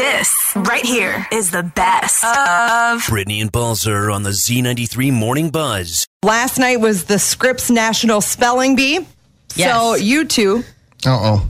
This right here is the best of Brittany and Balzer on the Z93 Morning Buzz. Last night was the Scripps National Spelling Bee. So Yes. you two. Uh oh.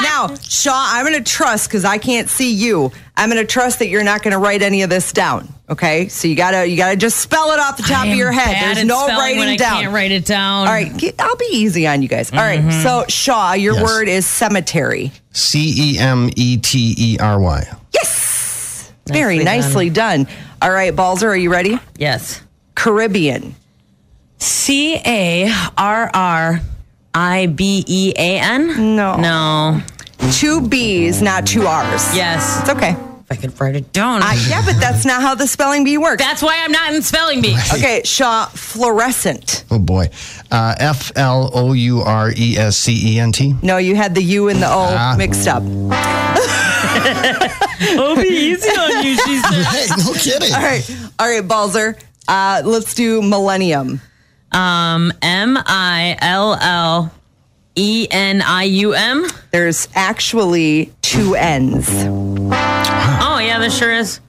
Now, Shaw, I'm going to trust because I can't see you. I'm going to trust that you're not going to write any of this down. Okay, so you gotta you gotta just spell it off the top I of am your bad head. at There's no spelling writing when I down. can't write Mm-hmm. it down. All right, get- I'll be easy on you guys. All right, so Shaw, your Yes. word is cemetery. C E M E T E R Y. Yes, very nicely Nicely done. All right, Balzer, are you ready? Yes. Caribbean. C A R R I B E A N. No. No. Two B's, not two R's. Yes. It's okay. If I could write it down. Uh, yeah, but that's not how the spelling bee works. That's why I'm not in spelling bee. okay, Shaw, fluorescent. Oh boy. Uh, F L O U R E S C E N T. No, you had the U and the O Ah. mixed up. It'll be easy on you, she said. Hey, no kidding. All right, all right, Balzer. Uh, let's do millennium. Um, M I L L E N I U M. There's actually two N's. Oh yeah, there sure is.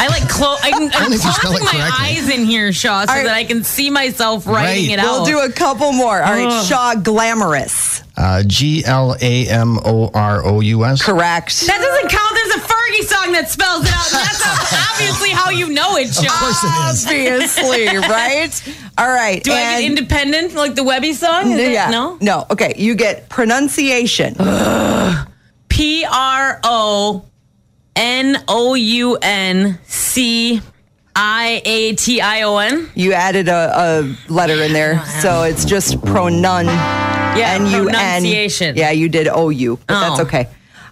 I like close. I'm, don't I'm think you spell it closing my correctly. eyes in here, Shaw, so right. that I can see myself writing Right. it out. We'll do a couple more. All right, Shaw, glamorous. Uh, G L A M O R O U S. Correct. That doesn't count. There's a Fergie song that spells it out. and That's how- obviously how you know it, Shaw. Obviously, right? All right. Do I get and- independent like the Webby song? Is it- Yeah. No. No. Okay. You get pronunciation. P R O N O U N C I A T I O N. You added a, a letter in there, so it's just pronun. Yeah. N U N. pronunciation. Yeah, you did O U, but that's Oh. okay.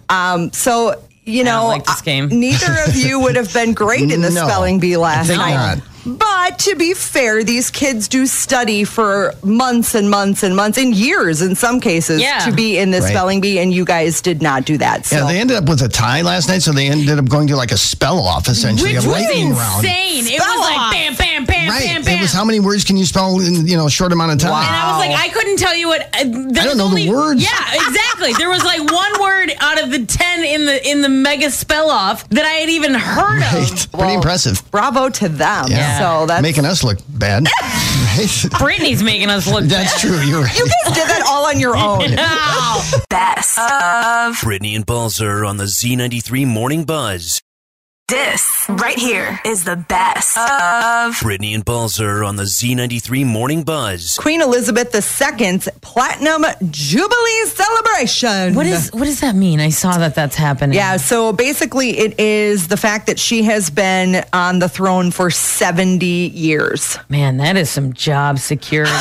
Um, so you don't know, like this I- game. neither of you would have been great in the No, spelling bee last I think night. not. But to be fair, these kids do study for months and months and months and years in some cases Yeah. to be in the Right. spelling bee, and you guys did not do that. So Yeah, they ended up with a tie last night, so they ended up going to like a spell off essentially, Which a was lightning insane. round. It Spell was off. like bam, bam, bam, Right. bam, bam. It was how many words can you spell in you know a short amount of time? and I was like, I couldn't tell you what. Uh, there I don't was know the only, words. Yeah, exactly. there was like one word out of the ten in the in the mega spell off that I had even heard Right. of. Pretty impressive. bravo to them. Yeah. So that's Making us look bad. Right? Brittany's making us look. That's true. You're right. you guys did that all on your own. Ow. best of Brittany and Balzer on the Z93 Morning Buzz. this right here is the best of Brittany and Balzer on the Z93 Morning Buzz. Queen Elizabeth II's Platinum Jubilee Celebration. What is what does that mean? I saw that that's happening. Yeah, so basically, it is the fact that she has been on the throne for 70 years. man, that is some job security.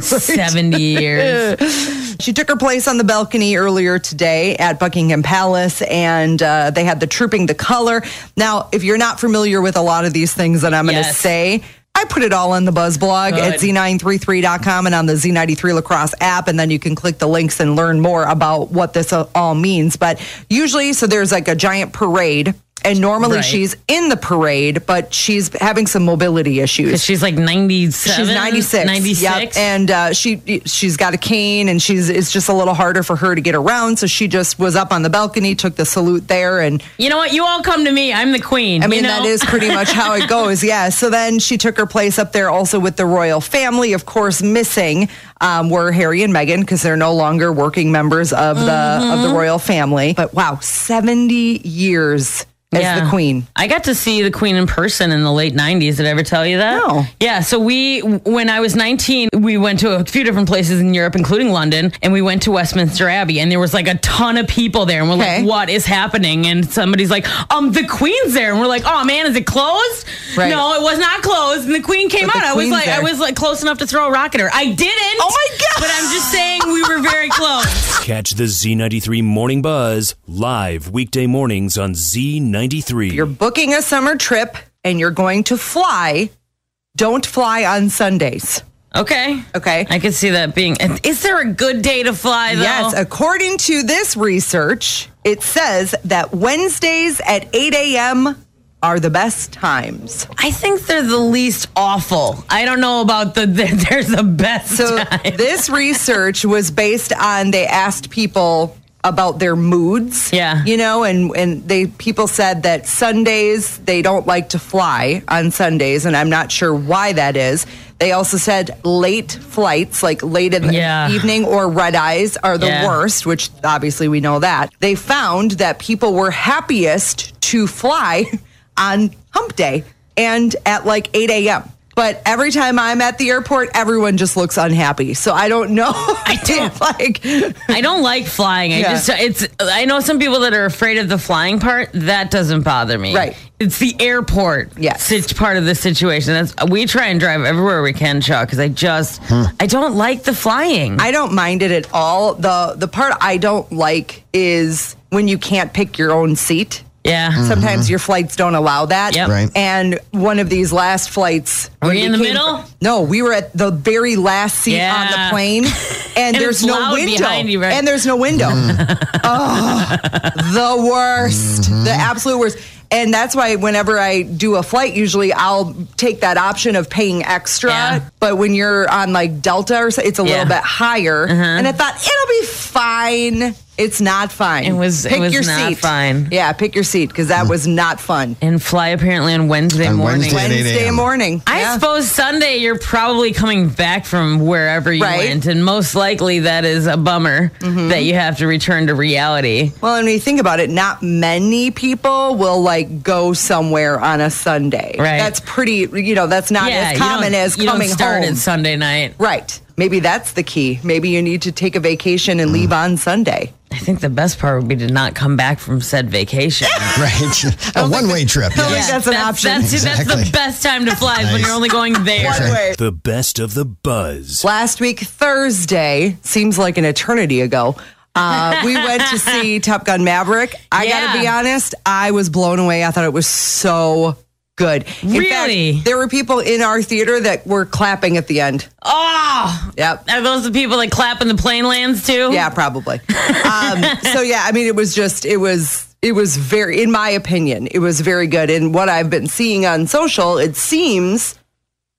Seventy years. She took her place on the balcony earlier today at Buckingham Palace, and uh, they had the Trooping the Color. Now, if you're not familiar with a lot of these things that I'm going to Yes. say, I put it all on the Buzz blog at Good. z933.com and on the Z93 Lacrosse app, and then you can click the links and learn more about what this uh, all means. But usually, so there's like a giant parade. And normally Right. she's in the parade, but she's having some mobility issues. She's like ninety seven. She's 96. 96. Yep. And uh, she she's got a cane and she's it's just a little harder for her to get around, so she just was up on the balcony, took the salute there and you know what? You all come to me. I'm the queen. I mean, you know? that is pretty much how it goes. Yeah. So then she took her place up there also with the royal family. Of course, missing um, were Harry and Meghan because they're no longer working members of the of the royal family. But wow, 70 years as the queen. I got to see the queen in person in the late 90s. Did I ever tell you that? No. Yeah, so we, when I was 19, we went to a few different places in Europe, including London, and we went to Westminster Abbey, and there was like a ton of people there, and we're Okay. like, what is happening? And somebody's like, um, the queen's there. And we're like, oh man, is it closed? Right. No, it was not closed. And the queen came But out. the I was queen's like, I there. was like close enough to throw a rock at her. I didn't. Oh my God. But I'm just saying we were very close. Catch the Z93 Morning Buzz live weekday mornings on Z93. you're booking a summer trip and you're going to fly, don't fly on Sundays. Okay. Okay. I could see that being. Is there a good day to fly though? Yes, according to this research, it says that Wednesdays at 8 a.m. are the best times. I think they're the least awful. I don't know about the, the there's the best So time. this research was based on they asked people about their moods. Yeah. You know, and and they people said that Sundays they don't like to fly on Sundays and I'm not sure why that is. They also said late flights, like late in the Yeah. evening or red eyes are the Yeah. worst, which obviously we know that. They found that people were happiest to fly on hump day and at like 8 a.m. But every time I'm at the airport, everyone just looks unhappy. So I don't know. I don't. like I don't like flying. I Yeah. just it's I know some people that are afraid of the flying part. That doesn't bother me. Right. It's the airport. Yes. sit- part of the situation. That's we try and drive everywhere we can, Shaw, because I just I don't like the flying. Hmm. I don't mind it at all. The the part I don't like is when you can't pick your own seat. yeah. Sometimes your flights don't allow that. Yep. Right. And one of these last flights. Were when you we in the came- middle? no, we were at the very last seat on Yeah. the plane, and, And there's it's no loud window. behind you, right? And there's no window. oh, the worst. The absolute worst. And that's why whenever I do a flight, usually I'll take that option of paying extra. Yeah. But when you're on like Delta or so, it's a Yeah. Uh-huh. little bit higher. And I thought it'll be fine. It's not fine. It was- it pick was your not seat. fine. Yeah, pick your seat because that was not fun. and fly apparently on Wednesday On morning. Wednesday. At 8 Wednesday a.m.. morning. I Yeah. suppose Sunday you're probably coming back from wherever you Right. Mm-hmm. went, and most likely that is a bummer that you have to return to reality. Well, and when you think about it, not many people will like go somewhere on a Sunday. Right. That's pretty. You know, that's not as you common don't- as you coming don't start home. at Sunday night. right. Maybe that's the key. Maybe you need to take a vacation and leave on Sunday. I think the best part would be to not come back from said vacation. Right. a one way trip. I yes. think that's an option. That's, that's Exactly. the best time to fly is when you're only going there. One way. The best of the buzz. Last week, Thursday, seems like an eternity ago. Uh, we went to see Top Gun Maverick. I got to Yeah. be honest, I was blown away. I thought it was so good. In fact, Really? there were people in our theater that were clapping at the end. Oh, Yep. are those the people that clap in the plane lands too? Yeah, probably. um, so yeah, I mean, it was just it was it was very, in my opinion, it was very good. And what I've been seeing on social, it seems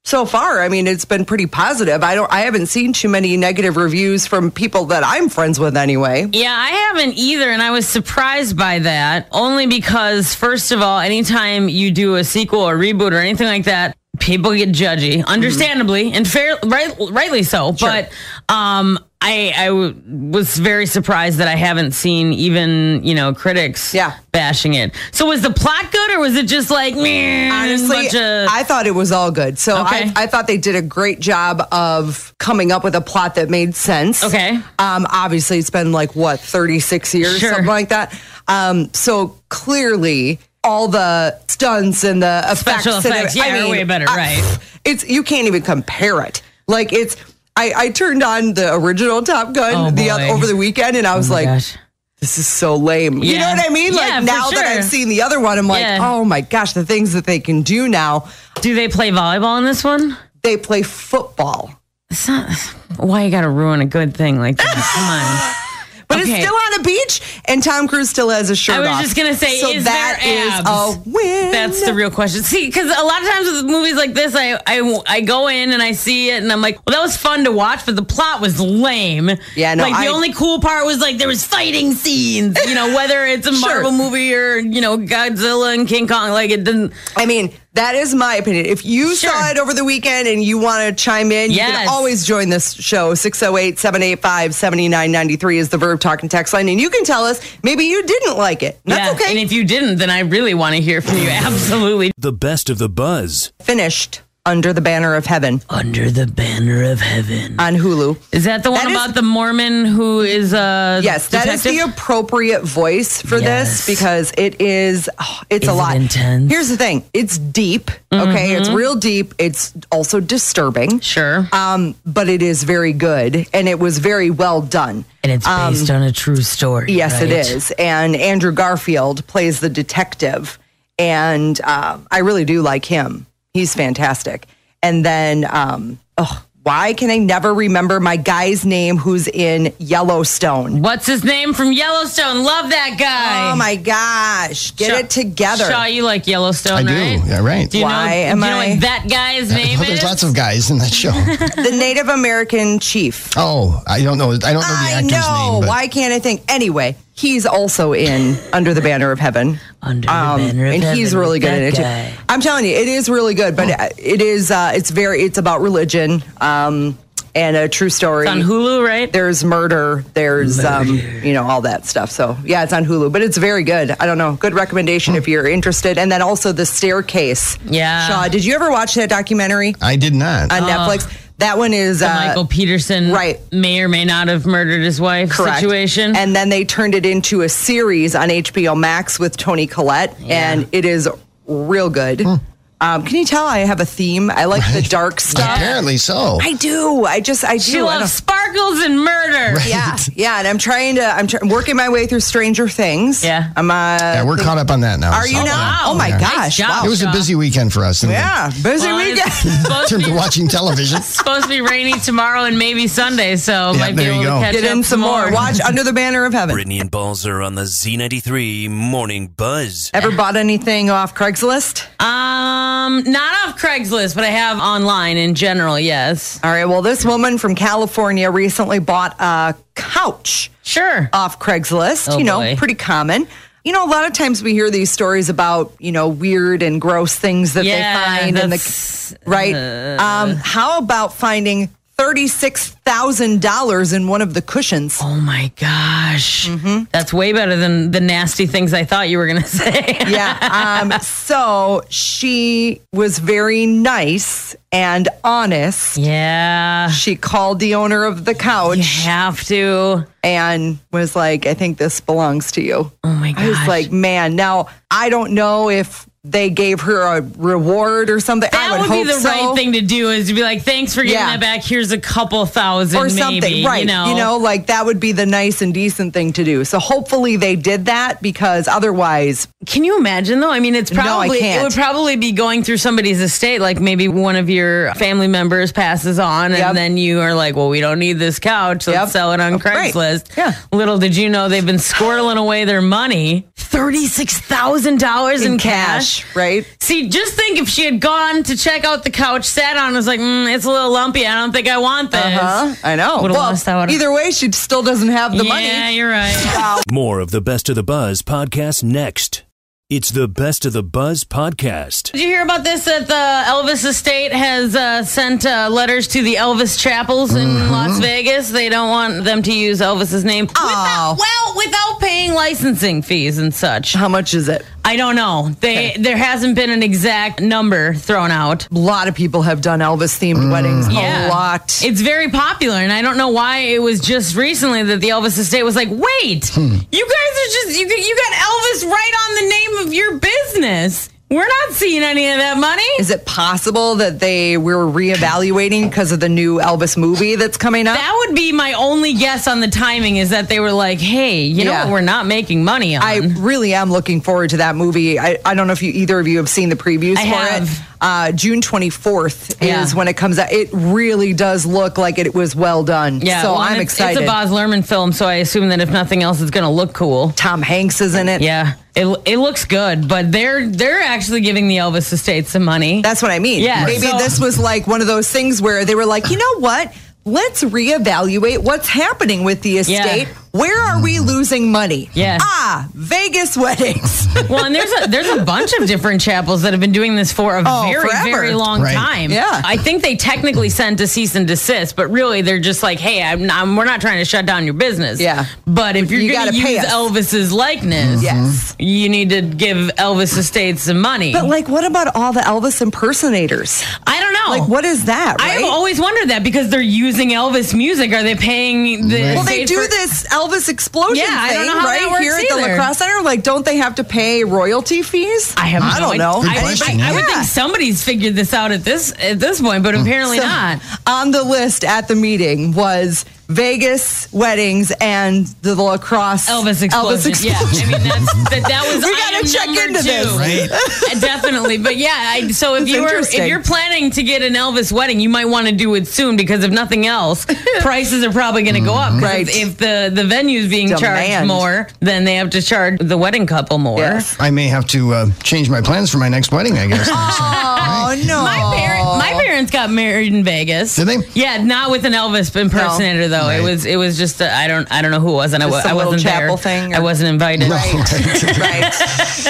so far, I mean, it's been pretty positive. I don't, I haven't seen too many negative reviews from people that I'm friends with anyway. Yeah, I haven't either, and I was surprised by that only because, first of all, anytime you do a sequel or reboot or anything like that, people get judgy, Mm-hmm. understandably and fair, right, rightly so. But um, I, I w- was very surprised that I haven't seen even you know critics Yeah. bashing it. So was the plot good, or was it just like meh, Honestly, bunch of- I thought it was all good. So Okay. I, I thought they did a great job of coming up with a plot that made sense. Okay. Um, obviously, it's been like what thirty six years, Sure. something like that. Um, so clearly, all the stunts and the effects, Special and effects, ev- yeah, are way better, I- right. It's you can't even compare it. Like it's. I, I turned on the original Top Gun Oh, the oth- boy. over the weekend, and I was Oh my like, gosh. "This is so lame." You know Yeah. what I mean? Like Yeah, for now that sure. I've seen the other one, I'm like, Yeah. "Oh my gosh, the things that they can do now." do they play volleyball in this one? They play football. It's not, why you got to ruin a good thing like that? Come on. But Okay. it's still on a beach, and Tom Cruise still has a shirt I was off. just gonna say, so is that there is abs? a win. That's the real question. See, because a lot of times with movies like this, I, I I go in and I see it, and I'm like, well, that was fun to watch, but the plot was lame. Yeah, no, like the I- only cool part was like there was fighting scenes. You know, whether it's a Sure. Marvel movie or you know Godzilla and King Kong, like it didn't. I mean, that is my opinion. If you Sure. saw it over the weekend and you want to chime in, you Yes. can always join this show. 608 785 7993 is the Verb Talk and Text line. And you can tell us maybe you didn't like it. yeah. That's And okay. if you didn't, then I really want to hear from you. Absolutely. The best of the buzz. Finished Under the Banner of Heaven Under the banner of heaven. on Hulu. Is that the one That is- about the Mormon who is a Yes, that is detective? the appropriate voice for Yes. this because it is oh, it's Is a it lot. intense? Mm-hmm. Here's the thing. It's deep, okay? It's real deep. It's also disturbing. Sure. Um, but it is very good and it was very well done. and it's based on a true story. Yes, it right? is. And Andrew Garfield plays the detective, and uh, I really do like him. He's fantastic. And then, um, oh Why can I never remember my guy's name who's in Yellowstone? What's his name from Yellowstone? Love that guy. Oh my gosh. Get Shaw- it together. Shaw, you like Yellowstone, I do. right? Yeah, right. Do you know, Why do am you know I- what that guy's name Well, is? there's lots of guys in that show. the Native American chief. oh, I don't know. I don't know the I actor's know. name. But Why can't I think? Anyway, he's also in Under the Banner of Heaven. Um, Under the Banner of and he's Heaven really with good at it that guy. Oh. too. I'm telling you, it is really good, but it is uh, it's very it's about religion um, and a true story. It's on Hulu, right? There's murder. There's um, you know all that stuff. So yeah, it's on Hulu, but it's very good. I don't know. Good recommendation if you're interested. And then also the staircase. Yeah. Shaw, did you ever watch that documentary I did not. on Netflix? That one is Uh-huh. The uh, Michael Peterson right. may or may not have murdered his wife Correct. situation. And then they turned it into a series on HBO Max with Tony Collette, and it is real good. Hmm. Um, can you tell I have a theme? I like the dark stuff. Uh, Apparently so. I do. I just I do. she I loves sparkles and murder. don't- yeah, yeah, and I'm trying to. I'm tr- working my way through Stranger Things. Yeah. I'm. Uh, yeah, we're caught up on that now. are you so, now? yeah. Oh my Yeah. gosh! job. It Wow. was a Shaw. busy weekend for us. in the- Yeah, busy Well, weekend. it's In supposed, to terms be, of watching television. supposed to be rainy tomorrow and maybe Sunday, so Yeah, might be there able you to go. catch Get up in some more. Watch Under the Banner of Heaven. Brittany and Balzer on the Z93 Morning Buzz. Ever bought anything off Craigslist? Um, not off Craigslist, but I have online in general. Yes, All right. Well, this woman from California recently bought a couch. sure. off Craigslist. Oh, you know, boy. pretty common. You know, a lot of times we hear these stories about you know weird and gross things that Yeah, they find in that's- uh, the right. um, how about finding thirty six thousand dollars in one of the cushions? oh my gosh, that's way better than the nasty things I thought you were gonna say. Yeah. Um, so she was very nice and honest. yeah, She called the owner of the you couch have to. and was like, "I think this belongs to you." Oh my gosh, I was like, man, now I don't know if they gave her a reward or something. that I would, would, hope be the so. right thing to do is to be like, thanks for giving Yeah. that back. Here's a couple thousand Or something, maybe, right? You know, like that would be the nice and decent thing to do. So hopefully they did that because otherwise, Can you imagine though? I mean, it's No, I probably it can't. would probably be going through somebody's estate. Like maybe one of your family members passes on, Yep. and then you are like, "Well, we don't need this couch. Let's Yep. sell it on Right. Craigslist." Yeah. Little did you know they've been squirreling away their money thirty six thousand dollars in, cash. right? See, just think if she had gone to check out the couch, sat on, it, was like, mm, "It's a little lumpy. I don't think I want this." Uh-huh. I know. Would've well, lost that one. either way, she still doesn't have the yeah, money. you're right. More of the Best of the Buzz podcast next. It's the Best of the Buzz podcast. Did you hear about this? That the Elvis estate has uh, sent uh, letters to the Elvis chapels in Mm-hmm. Las Vegas. They don't want them to use Elvis's name. Without, well, without paying licensing fees and such. How much is it? I don't know. They there hasn't been an exact number thrown out. A lot of people have done Elvis themed weddings. A lot. It's very popular, and I don't know why it was just recently that the Elvis estate was like, "Wait, Hmm. you guys are just you, got- you got Elvis right on the name of your business. We're not seeing any of that money." is it possible that they were reevaluating because of the new Elvis movie that's coming up? That would be my only guess on the timing is that they were like, hey, you know Yeah. what? We're not making money on. I really am looking forward to that movie. I, I don't know if you either of you have seen the previews I for have. it. Uh, June 24th Yeah. is when it comes out. It really does look like it was well done. so well, and I'm it's, excited. It's a Boz Lerman film, so I assume that if nothing else, it's going to look cool. Tom Hanks is in it. Yeah, it, it looks good, but they're they're actually giving the Elvis estate some money. That's what I mean. Yeah, Maybe so- this was like one of those things where they were like, you know what? Let's reevaluate what's happening with the estate. Where are we losing money? Yes. Ah, Vegas weddings. well, and there's a, there's a bunch of different chapels that have been doing this for a Oh, very forever. very long Right. time. Yeah. I think they technically sent a cease and desist, but really they're just like, hey, I'm, I'm we're not trying to shut down your business. Yeah. but if you're You going to gotta pay use us. Elvis's likeness, Yes. you need to give Elvis Estate some money. But like, what about all the Elvis impersonators? I don't know. Like, what is that? Oh. I have right? always wondered that because they're using Elvis music. Are they paying the? Well, Well, they estate do for- this Elvis explosion Yeah, I thing don't know how right that works here at the either. lacrosse center. Like, don't they have to pay royalty fees? I have. I no don't idea. know. Good I, I- question, I would yeah. think somebody's figured this out at this at this point, Hmm. but apparently So, not. On the list at the meeting was Vegas weddings and the lacrosse Elvis explosion. Elvis explosion. Yeah, I mean that's, that that was We gotta item check number into two. this. Right? Uh, Definitely, but yeah. I, so if That's you were if interesting. you're planning to get an Elvis wedding, you might want to do it soon because if nothing else, prices are probably going to go up. 'Cause Right. If, if the the venue's being charged Demand. more, then they have to charge the wedding couple more. Yes. I may have to uh, change my plans for my next wedding, I guess. Oh no! My parents, my parents got married in Vegas. Did they? Yeah, not with an Elvis impersonator though. It Right. was it was just a, I don't I don't know who it was and I wa- Just I a little wasn't there. chapel thing or- I wasn't invited. Right. right.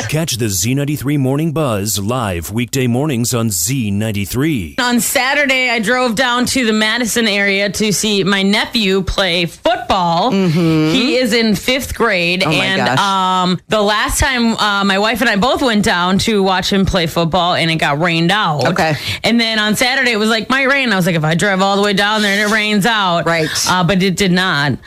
Catch the Z93 Morning Buzz live weekday mornings on Z93. On Saturday, I drove down to the Madison area to see my nephew play football. He is in fifth grade, Mm-hmm. Oh, my and gosh. um, the last time uh, my wife and I both went down to watch him play football, and it got rained out. Okay. and then on Saturday it was like my rain. I was like, if I drive all the way down there and it rains out, Right. Uh, but it did not, uh,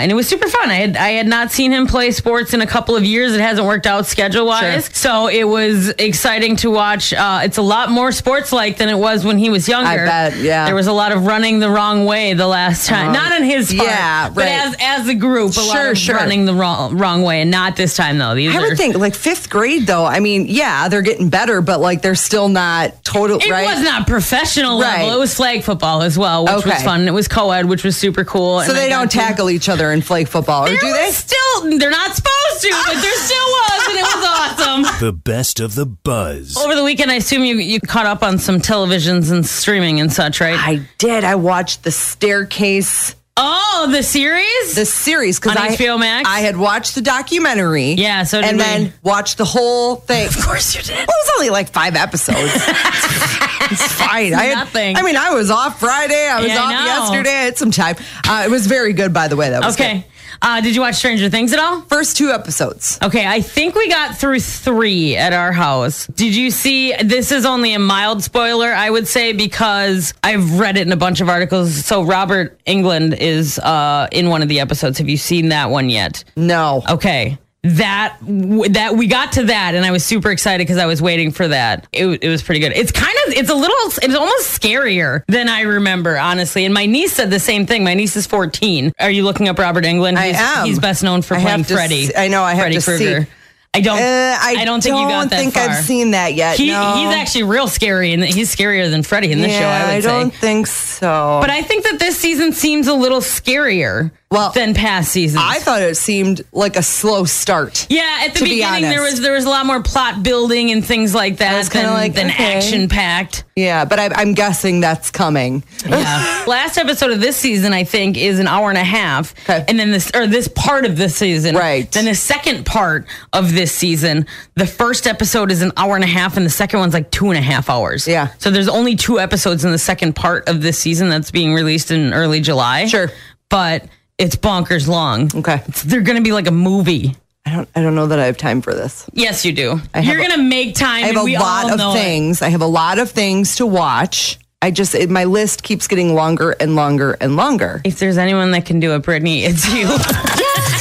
and it was super fun. I had I had not seen him play sports in a couple of years. It hasn't worked out schedule wise, Sure. so it was exciting to watch. Uh, it's a lot more sports like than it was when he was younger. bet, yeah. Uh-huh. There was a lot of running the wrong way the last time. not on his part. yeah, But right. as as a group, a lot Sure, of sure. running the wrong wrong way, and not this time though. These I are- would think like fifth grade though. I mean, yeah, they're getting better, but like they're still not total. It right? was not professional Right. level. It was flag football as well, which was Okay. fun. It was co-ed, which was super cool. So they don't tackle. tackle each other in flag football, or do they? Still, they're not supposed to, but there still was, and it was awesome. The best of the buzz. Over the weekend, I assume you you caught up on some televisions and streaming and such, right? I did. I watched the staircase. oh, the series. the series because On I HBO Max? I had watched the documentary. Yeah, so did and we. then watched the whole thing. Of course you did. Well, it was only like five episodes. it's fine. I had, nothing. I mean, I was off Friday. I was Yeah, I off know. yesterday. I had some time. Uh, it was very good, by the way. That was good. okay. Uh, did you watch Stranger Things at all? First two episodes. Okay, I think we got through three at our house. Did you see? This is only a mild spoiler, I would say, because I've read it in a bunch of articles. So Robert England is uh, in one of the episodes. Have you seen that one yet? No. Okay. That w- that we got to that, and I was super excited because I was waiting for that. It, w- it was pretty good. It's kind of it's a little it's almost scarier than I remember, honestly. And my niece said the same thing. My niece is fourteen. Are you looking up Robert England? I he's, am. He's best known for I playing have to Freddy. see- I know, I have Freddy to see. Krueger. I don't. Uh, I, don't think you got that think far. I've seen that yet. He, no. He's actually real scary, and he's scarier than Freddy in this yeah, show. I would say. don't think so. but I think that this season seems a little scarier Well, than past seasons. I thought it seemed like a slow start. Yeah, at the to be beginning there honest. was there was a lot more plot building and things like that was than, kinda like, than okay. action packed. Yeah, but I, I'm guessing that's coming. Yeah. Last episode of this season I think is an hour and a half, 'Kay. and then this or this part of this season. Right. Then the second part of this season, the first episode is an hour and a half, and the second one's like two and a half hours. Yeah. So there's only two episodes in the second part of this season that's being released in early July. Sure. but it's bonkers long. Okay. It's- they're going to be like a movie. I don't I don't know that I have time for this. Yes, you do. have You're a- gonna make time. I have and we a lot all know of it. things. I have a lot of things to watch. I just it, my list keeps getting longer and longer and longer. If there's anyone that can do it, Brittany, it's you.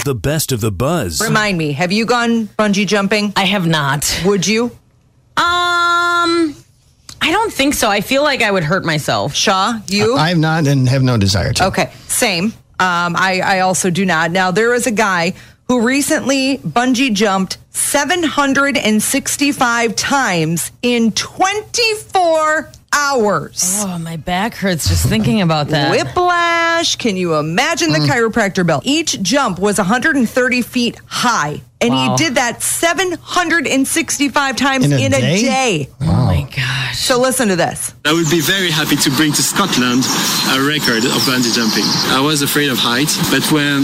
The best of the buzz. Remind me, have you gone bungee jumping? I have not. Would you? Um, I don't think so. I feel like I would hurt myself. Shaw, you? I have not and have no desire to. Okay, same. Um, I, I also do not. Now, there was a guy who recently bungee jumped 765 times in 24 hours. Oh, my back hurts just thinking about that. Whiplash. Can you imagine the chiropractor bill? Each jump was 130 feet high. And Wow. he did that 765 times In in a a, day? day? Oh my gosh. So listen to this. I would be very happy to bring to Scotland a record of bungee jumping. I was afraid of heights, but when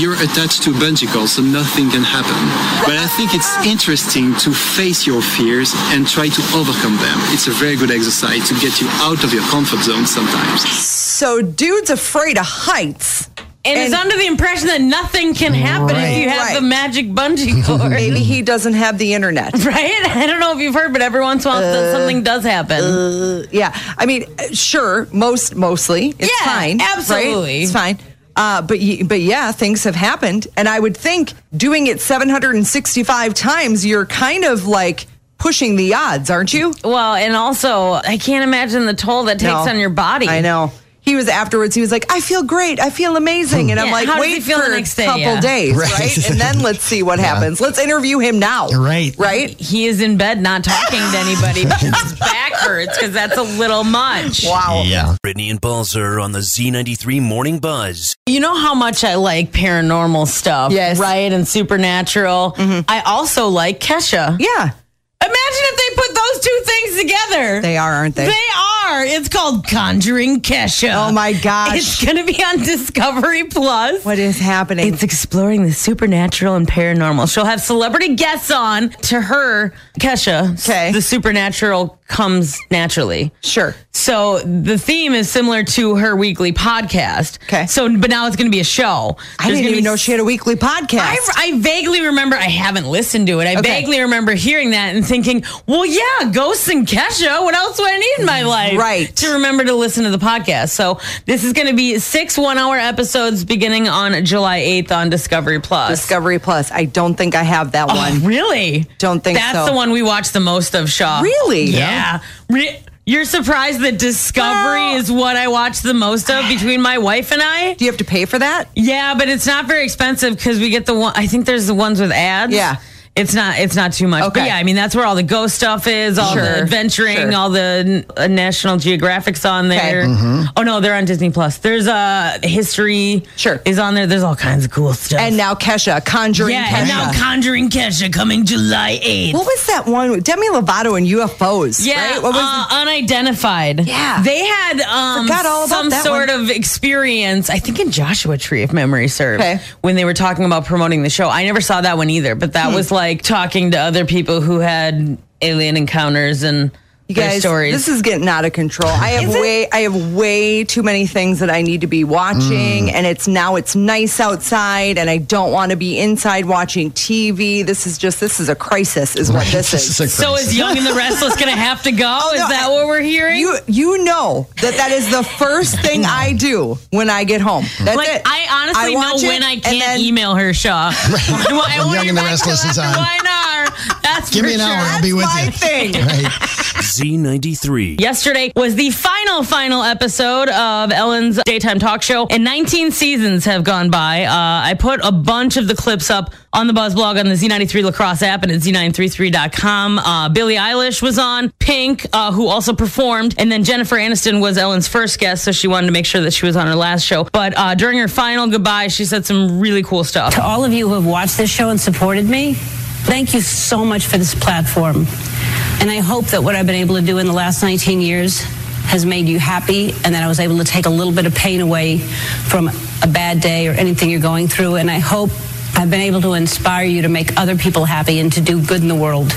you're attached to a bungee cord, so nothing can happen. But I think it's interesting to face your fears and try to overcome them. It's a very good exercise to get you out of your comfort zone sometimes. So, dude's afraid of heights. And, it's and- under the impression that nothing can happen if Right. you have Right. the magic bungee cord. Maybe he doesn't have the internet. Right? I don't know if you've heard, but every once in a while Uh, something does happen. Yeah. I mean, uh, sure, most mostly it's Yeah, fine. right? absolutely. It's fine. Uh, but y- but yeah, things have happened, and I would think doing it 765 times, you're kind of like pushing the odds, aren't you? well, and also, I can't imagine the toll that takes No. on your body. I know. he was afterwards. He was like, "I feel great. I feel amazing." And I'm Yeah, like, how does he "Wait feel for the next day? a couple Yeah. days, Right. right. And then let's see what happens. Let's interview him now, Right. Right? He is in bed not talking to anybody because his back hurts because that's a little much. Wow. Yeah. Brittany and Balzer on the Z93 Morning Buzz. You know how much I like paranormal stuff, Yes. right? And supernatural. I also like Kesha. Yeah, Imagine if they put those two things together. they are, aren't they? They are. It's called Conjuring Kesha. oh my It's gosh, going to be on Discovery Plus. what is happening? It's exploring the supernatural and paranormal. She'll have celebrity guests on. To her, Kesha, s- Okay. the supernatural comes naturally. sure. So the theme is similar to her weekly podcast. Okay. So, but now it's going to be a show. I didn't even know she had a weekly podcast. I, I vaguely remember. I haven't listened to it. I Okay. vaguely remember hearing that and thinking, "Well, yeah, Ghosts and Kesha. What else would I need in my life, Mm, Right. To remember to listen to the podcast." So this is going to be six one-hour episodes beginning on July eighth on Discovery Plus. Discovery Plus. I don't think I have that one. Oh, really? Don't think that's so. the one we watch the most of. Shaw. Really? Yeah. Re- you're surprised that Discovery Well- is what I watch the most of between my wife and I? Do you have to pay for that? Yeah, but it's not very expensive because we get the one. I think there's the ones with ads. Yeah. It's not. It's not too much. But Okay. yeah, I mean that's where all the ghost stuff is, all Sure, the adventuring, sure. all the uh, National Geographic's on there. Oh no, they're on Disney Plus. There's uh, history. Sure. Is on there. There's all kinds of cool stuff. And now Kesha, Conjuring yeah, Kesha. and now Conjuring Kesha coming July eighth. what was that one? with Demi Lovato and UFOs. Yeah, Right? What was uh, unidentified. Yeah. they had um, Forgot all about some that sort of experience. I think in Joshua Tree, if memory serves, Okay. when they were talking about promoting the show. I never saw that one either, but Hmm. that was like talking to other people who had alien encounters and you their guys, stories. this is getting out of control. I have way, I have way too many things that I need to be watching, and it's now it's nice outside, and I don't want to be inside watching TV. This is just, this is a crisis, is what this is. Oh, a so crisis. is Young and the Restless going to have to go? is no, that I- what we're hearing? You, you know that that is the first thing I do when I get home. That's like it. I honestly watch know it, when I and can't then- email her, Shaw. I When want Young you and the back Restless till is after on. one hour. That's Give for me an hour. sure. I'll be with my you. thing. Right. Z93. Yesterday was the final, final episode of Ellen's daytime talk show, and 19 seasons have gone by. Uh, I put a bunch of the clips up on the Buzz blog on the Z93 Lacrosse app and at z933.com. Uh, Billie Eilish was on, Pink, uh, who also performed, and then Jennifer Aniston was Ellen's first guest, so she wanted to make sure that she was on her last show. But uh, during her final goodbye, she said some really cool stuff. to all of you who have watched this show and supported me, thank you so much for this platform. And I hope that what I've been able to do in the last 19 years has made you happy and that I was able to take a little bit of pain away from a bad day or anything you're going through. And I hope I've been able to inspire you to make other people happy and to do good in the world,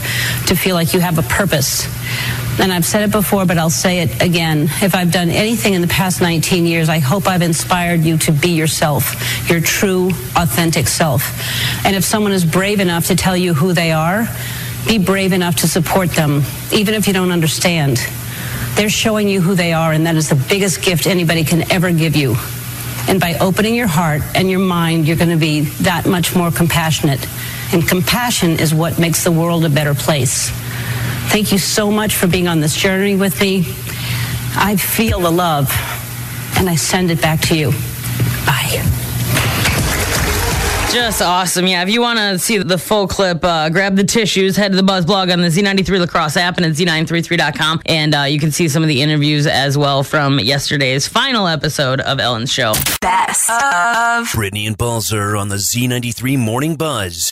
to feel like you have a purpose. And I've said it before, but I'll say it again. If I've done anything in the past 19 years, I hope I've inspired you to be yourself, your true, authentic self. And if someone is brave enough to tell you who they are, be brave enough to support them, even if you don't understand. They're showing you who they are, and that is the biggest gift anybody can ever give you. And by opening your heart and your mind, you're going to be that much more compassionate. And compassion is what makes the world a better place. Thank you so much for being on this journey with me. I feel the love, and I send it back to you. Bye. Just awesome. Yeah, if you want to see the full clip, uh, grab the tissues, head to the Buzz blog on the Z93 Lacrosse app and at Z933.com. And uh, you can see some of the interviews as well from yesterday's final episode of Ellen's show. Best of. Brittany and Balzer on the Z93 Morning Buzz.